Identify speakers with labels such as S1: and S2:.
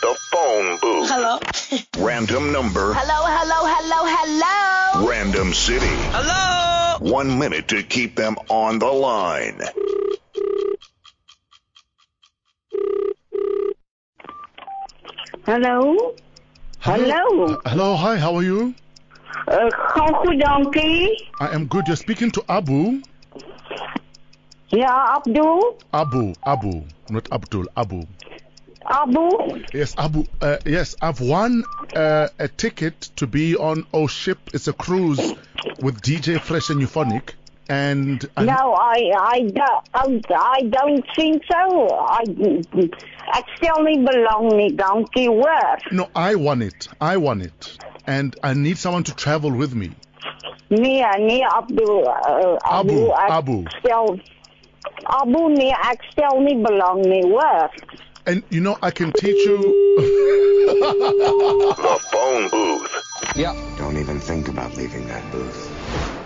S1: phone booth.
S2: Hello.
S1: Random number.
S2: Hello, hello, hello, hello.
S1: Random city.
S2: Hello.
S1: One minute to keep them on the line.
S3: Hello. Hello.
S4: Hello, hi, how are you?
S3: Uh, Gongo Donkey.
S4: I am good. You're speaking to Abu.
S3: Yeah, Abdul.
S4: Abu, Abu, not Abdul, Abu.
S3: Abu.
S4: Yes, Abu. Uh, yes, I've won uh, a ticket to be on O Ship. It's a cruise with DJ Fresh and Euphonic. And I,
S3: No, I, I, don't, um, I don't think so. I, I still niet belong niet, donkey hoor.
S4: no, I won it. I won it. And I need someone to travel with me.
S3: Nee, nee, Abdul. Uh, Abu,
S4: Abu,
S3: ek
S4: Abu.
S3: Stel, Abu, nee, ek stel nie belang nie, hoor.
S4: And you know, I can teach you.
S1: The phone booth.
S5: Don't even think about leaving that booth.